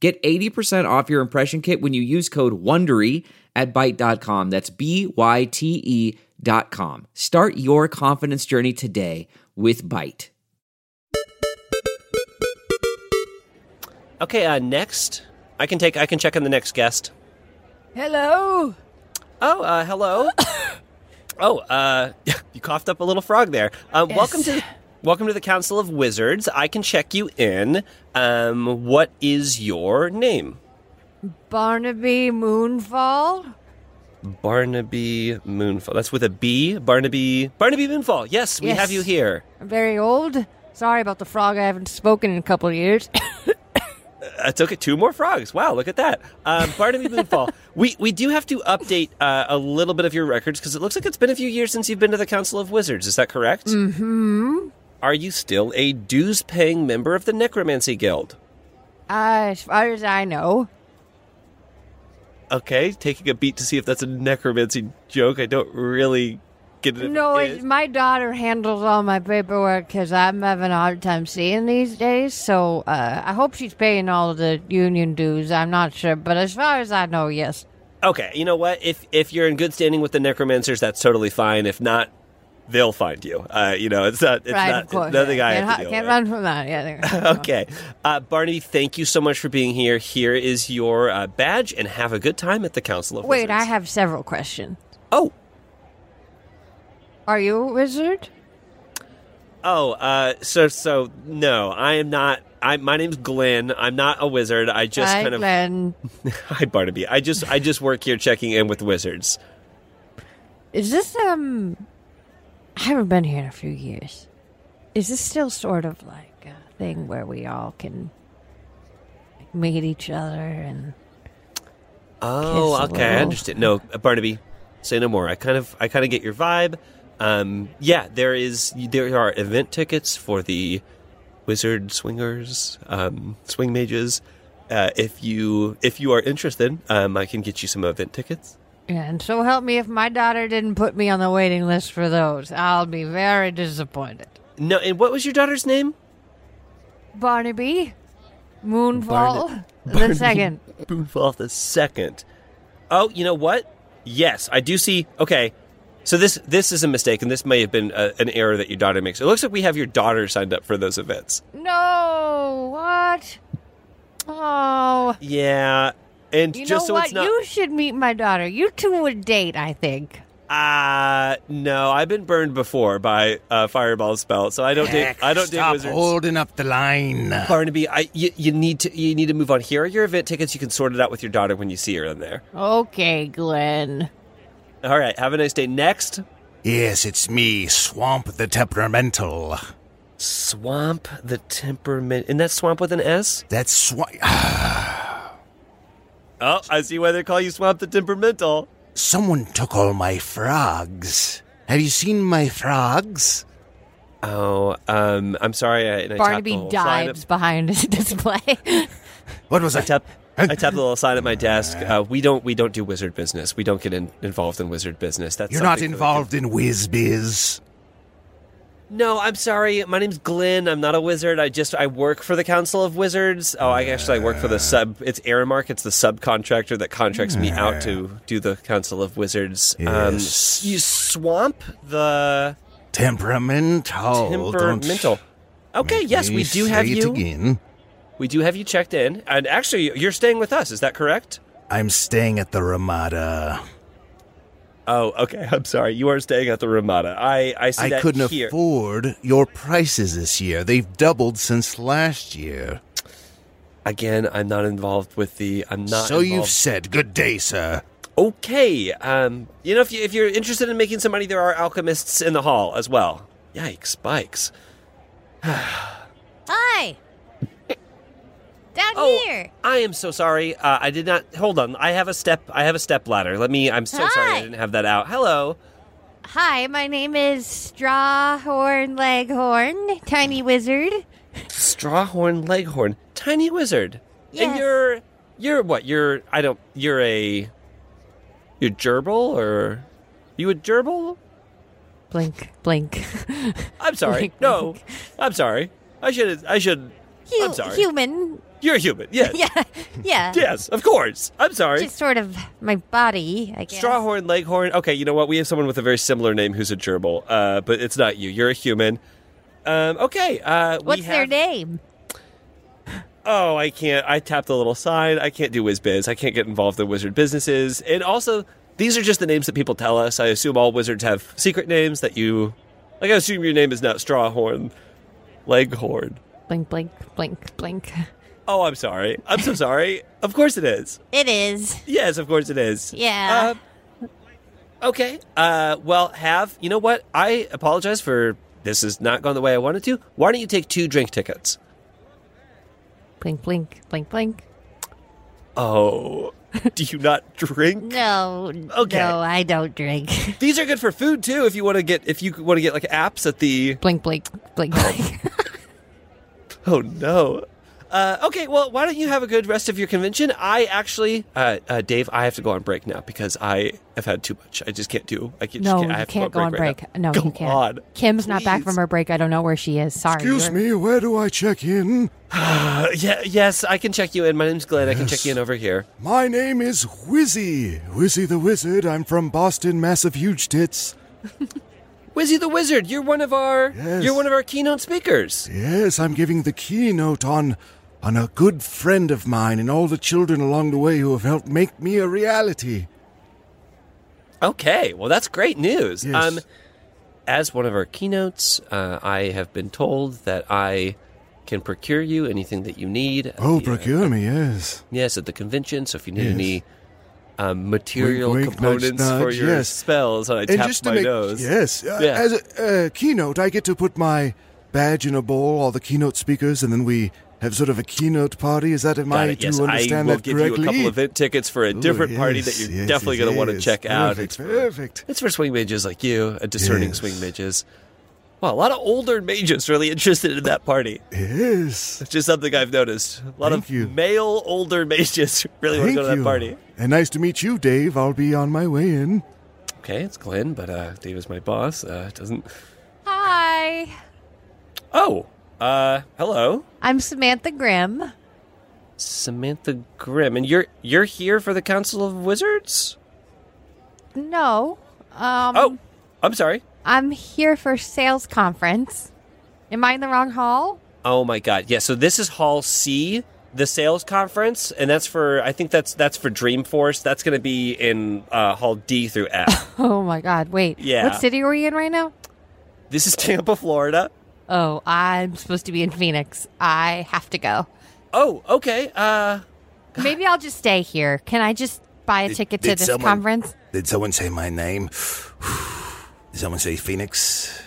Get 80% off your impression kit when you use code WONDERY at Byte.com. That's b y t e dot com. Start your confidence journey today with Byte. Okay, uh, next. I can take. I can check on the next guest. Hello. Oh, uh, hello. oh, uh, you coughed up a little frog there. Um, Welcome to the, welcome to the Council of Wizards. I can check you in. Um, what is your name? Barnaby Moonfall. Barnaby Moonfall. That's with a B. Barnaby Barnaby Moonfall. Yes, we Yes. have you here. I'm very old. Sorry about the frog. I haven't spoken in a couple of years. I took it two more frogs. Wow, look at that. Um, Barnaby Moonfall. we we do have to update uh, a little bit of your records because it looks like it's been a few years since you've been to the Council of Wizards. Is that correct? Mm-hmm. Are you still a dues-paying member of the Necromancy Guild? uh, as far as I know. Okay, taking a beat to see if that's a necromancy joke. I don't really get it. if No, it it, is. my daughter handles all my paperwork because I'm having a hard time seeing these days. So uh, I hope she's paying all the union dues. I'm not sure, but as far as I know, yes. okay. You know what? If if you're in good standing with the necromancers, that's totally fine. If not, they'll find you. Uh, you know, it's not. It's right, not. of course. Nothing I can't, have hu- to deal can't with. run from that. Yeah, there you go. Okay, uh, Barnaby, thank you so much for being here. Here is your uh, badge, and have a good time at the Council of Wait, I Wizards. have several questions. Oh, Are you a wizard? oh, uh, so so no, I am not. I my name's Glenn. I'm not a wizard. I just Hi, kind of Glenn. hi Barnaby. I just I just work here checking in with wizards. Is this um? I haven't been here in a few years. Is this still sort of like a thing where we all can meet each other and? Oh, Kiss the okay, I world. understand. No, uh, Barnaby, say no more. I kind of I kind of get your vibe. Um, yeah, there is there are event tickets for the wizard swingers, um, swing mages. Uh, if you if you are interested, um, I can get you some event tickets. And so help me if my daughter didn't put me on the waiting list for those. I'll be very disappointed. No, and what was your daughter's name? Barnaby, Moonfall, the second. Boonfall the second. Oh, you know what? Yes, I do see. Okay, so this this is a mistake, and this may have been a, an error that your daughter makes. It looks like we have your daughter signed up for those events. No, what? Oh, Yeah, and you just know so what? it's not. You should meet my daughter. You two would date, I think. Uh no, I've been burned before by uh, fireball spell, so I don't date. I don't date Stop wizards. holding up the line. Barnaby, I you, you need to you need to move on. Here are your event tickets. You can sort it out with your daughter when you see her in there. Okay, Glenn. All right, have a nice day. Next, Yes, it's me, Swamp the Temperamental. swamp the temperament, and that's swamp with an S. That's swamp. Oh, I see why they call you swamp the temperamental. Someone took all my frogs. Have you seen my frogs? Oh, um, I'm sorry. I, and I tapped the Barnaby little sign dives behind his display. What was I? At, I tap. I tapped the little sign at my desk. Uh, we don't. We don't do wizard business. We don't get in, involved in wizard business. That's You're not something for the involved in whiz biz. No, I'm sorry. My name's Glenn. I'm not a wizard. I just I work for the Council of Wizards. Oh, I actually I work for the sub. It's Aramark. It's the subcontractor that contracts me out to do the Council of Wizards. Um, Yes. you swamp the Temperamental. Oh, Don't temperamental. Okay, make yes, me we do have say it you. again. We do have you checked in, and actually, you're staying with us. Is that correct? I'm staying at the Ramada. Oh, okay. I'm sorry. You are staying at the Ramada. I I see I that couldn't here. afford your prices this year. They've doubled since last year. Again, I'm not involved with the. I'm not. so you've involved- said, good day, sir. Okay. Um, you know, if, you, if you're interested in making some money, there are alchemists in the hall as well. Yikes, spikes. Hi. Down Oh, here. I am so sorry. Uh, I did not. Hold on. I have a step. I have a step ladder. Let me. I'm so sorry. I Hi. didn't have that out. Hello. Hi, my name is Strawhorn Leghorn, Tiny Wizard. Strawhorn Leghorn, tiny wizard. And Yes. you're you're what? You're I don't. You're a you're gerbil or you a gerbil? Blink, blink. I'm sorry. Like- no, I'm sorry. I should. I should. Hu- I'm sorry. Human. You're human. Yes. Yeah. Yeah. Yes. Of course. I'm sorry. Just sort of my body, I guess. Strawhorn, Leghorn. Okay, you know what? We have someone with a very similar name who's a gerbil, uh, but it's not you. You're a human. Um, okay. Uh, we What's their have- name? Oh, I can't. I tapped the little sign. I can't do whiz biz. I can't get involved in wizard businesses. And also, these are just the names that people tell us. I assume all wizards have secret names that you. Like, I assume your name is not Strawhorn, Leghorn. blink, blink, blink, blink. Oh, I'm sorry. I'm so sorry. Of course it is. It is. Yes, of course it is. Yeah. Um, okay. Uh, well, have you know what? I apologize for this has not gone the way I wanted to. Why don't you take two drink tickets? Blink, blink, blink, blink. Oh, do you not drink? No. Okay. No, I don't drink. These are good for food too. If you want to get, if you want to get like apps at the. Blink, blink, blink, blink. Oh no. Uh, okay, well, why don't you have a good rest of your convention? I actually, uh, uh, Dave, I have to go on break now because I have had too much. I just can't do. I can't, no, just can't, I you have to can't go on right break. now. no, go you can't. on. Kim's not back Please. from her break. I don't know where she is. Sorry. Excuse You're- me, where do I check in? Uh, yeah, yes, I can check you in. My name's Glenn. I can check you in over here. My name is Wizzy. Wizzy the Wizard. I'm from Boston, Massive Huge Tits. Wizzy the Wizard, you're one of our Yes. you're one of our keynote speakers. Yes, I'm giving the keynote on on a good friend of mine and all the children along the way who have helped make me a reality. Okay, well that's great news. Um, Yes. as one of our keynotes, uh, I have been told that I can procure you anything that you need. at Oh, the, uh, procure me, yes. Yes, at the convention. So if you need Yes. any um, material wink, nudge, components for nudge, your yes. spells, and I tap my nose. yes, uh, Yeah. as a uh, keynote, I get to put my badge in a bowl, all the keynote speakers, and then we have sort of a keynote party. Is that am Got I it. to Yes, I understand will that give correctly? you a couple of event tickets for a Ooh, different party yes, that you're yes, definitely yes, going to want to yes. check out. Perfect, It's for- perfect. It's for swing mages like you, a discerning Yes. swing mages. Wow, a lot of older mages really interested in that party. Yes. It's just something I've noticed. A lot Thank of you. male older mages really want to Thank go to that you. party. And nice to meet you, Dave. I'll be on my way in. Okay, it's Glenn, but uh, Dave is my boss. Uh, doesn't. Hi. Oh, uh, hello, I'm Samantha Grimm. Samantha Grimm, and you're you're here for the Council of Wizards. No. Um, Oh, I'm sorry. I'm here for sales conference. Am I in the wrong hall? Oh my god. Yeah, so this is Hall C, the sales conference, and that's for I think that's that's for Dreamforce. That's going to be in uh, Hall D through F. Oh my God! Wait. Yeah. What city are we in right now? this is Tampa, Florida. Oh, I'm supposed to be in Phoenix. I have to go. Oh, okay. Uh Maybe I'll just stay here. Can I just buy a Did- ticket to did this someone- conference? Did someone say my name? Did someone say Phoenix?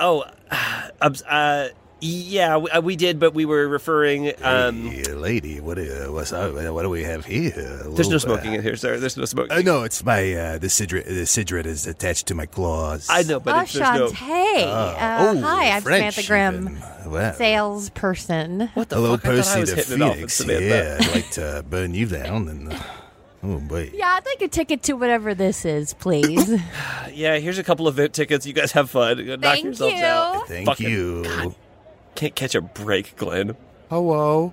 oh, uh, uh yeah, we, uh, we did, but we were referring um Hey, lady, what, uh, what's up? what do we have here? There's no Ooh, smoking in here, sir. There's no smoking. Uh, no, it's my uh, the cigarette. The cigarette is attached to my claws. I know, but oh, it's, there's no Ah. Shantae. Uh, oh, hi, I'm French Samantha Grimm, even. Well, salesperson. What the hello, fuck? I thought I Percy was the hitting it off with Phoenix. Samantha. Yeah, I'd like to burn you down and. Uh, oh boy. Yeah, I'd like a ticket to whatever this is, please. Yeah, here's a couple of event tickets. You guys have fun. Go Knock Thank yourselves you. out. Thank Fucking you. Can't catch a break, Glenn. Hello.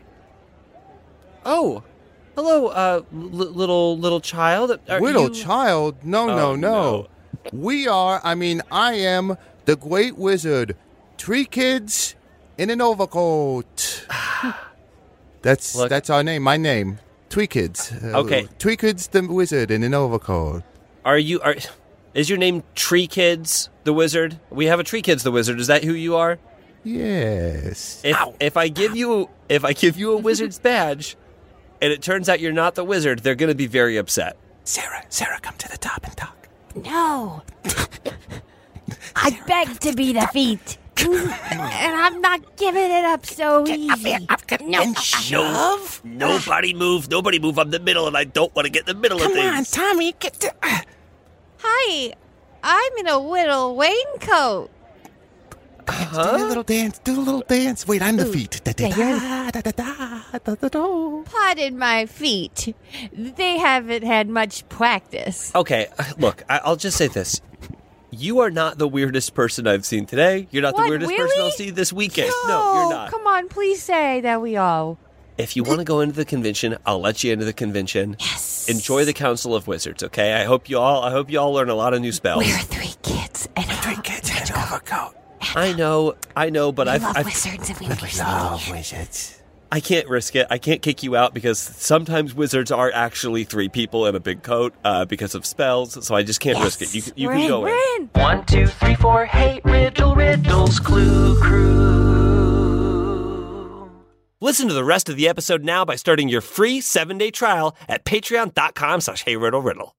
Oh, hello, uh, l- little little child. Are Little you- child? No, Oh, no, no, We are, I mean, I am the great wizard. Three kids in an overcoat. that's Look. that's our name, my name. Three kids. Uh, Okay. Three kids, the wizard in an overcoat. Are you are? Is your name Tree Kids the Wizard? We have a Tree Kids the Wizard. Is that who you are? Yes. If if I give you if I give you a wizard's badge, and it turns out you're not the wizard, they're going to be very upset. Sarah, Sarah, come to the top and talk. No. I beg to be the feet. and I'm not giving it up so easy. No, nobody move. Nobody move. I'm the middle, and I don't want to get in the middle of things. Tommy, get to. uh, Hi, I'm in a little raincoat. Do a little dance. Do a little dance. Wait, I'm the feet. Da, da, da, da, da, da, da, da, da. Potted my feet. They haven't had much practice. Okay, uh, look, I- I'll just say this. You are not the weirdest person I've seen today. You're not the What, weirdest person really? I'll see this weekend. No, you're not. Come on, please say that we all. If you want to go into the convention, I'll let you into the convention. Yes. Enjoy the Council of Wizards, okay? I hope you all I hope you all learn a lot of new spells. We're three kids and a three kids. I know, I know, but We I've, love I've, wizards and we understand. Love wizards. I can't risk it. I can't kick you out because sometimes wizards are actually three people in a big coat uh, because of spells. So I just can't risk it. You, can- you We're can in, go in. we're in. One, two, three, four. Hey, riddle, riddles, clue, crew. Listen to the rest of the episode now by starting your free seven-day trial at patreon.com slash heyriddleriddle.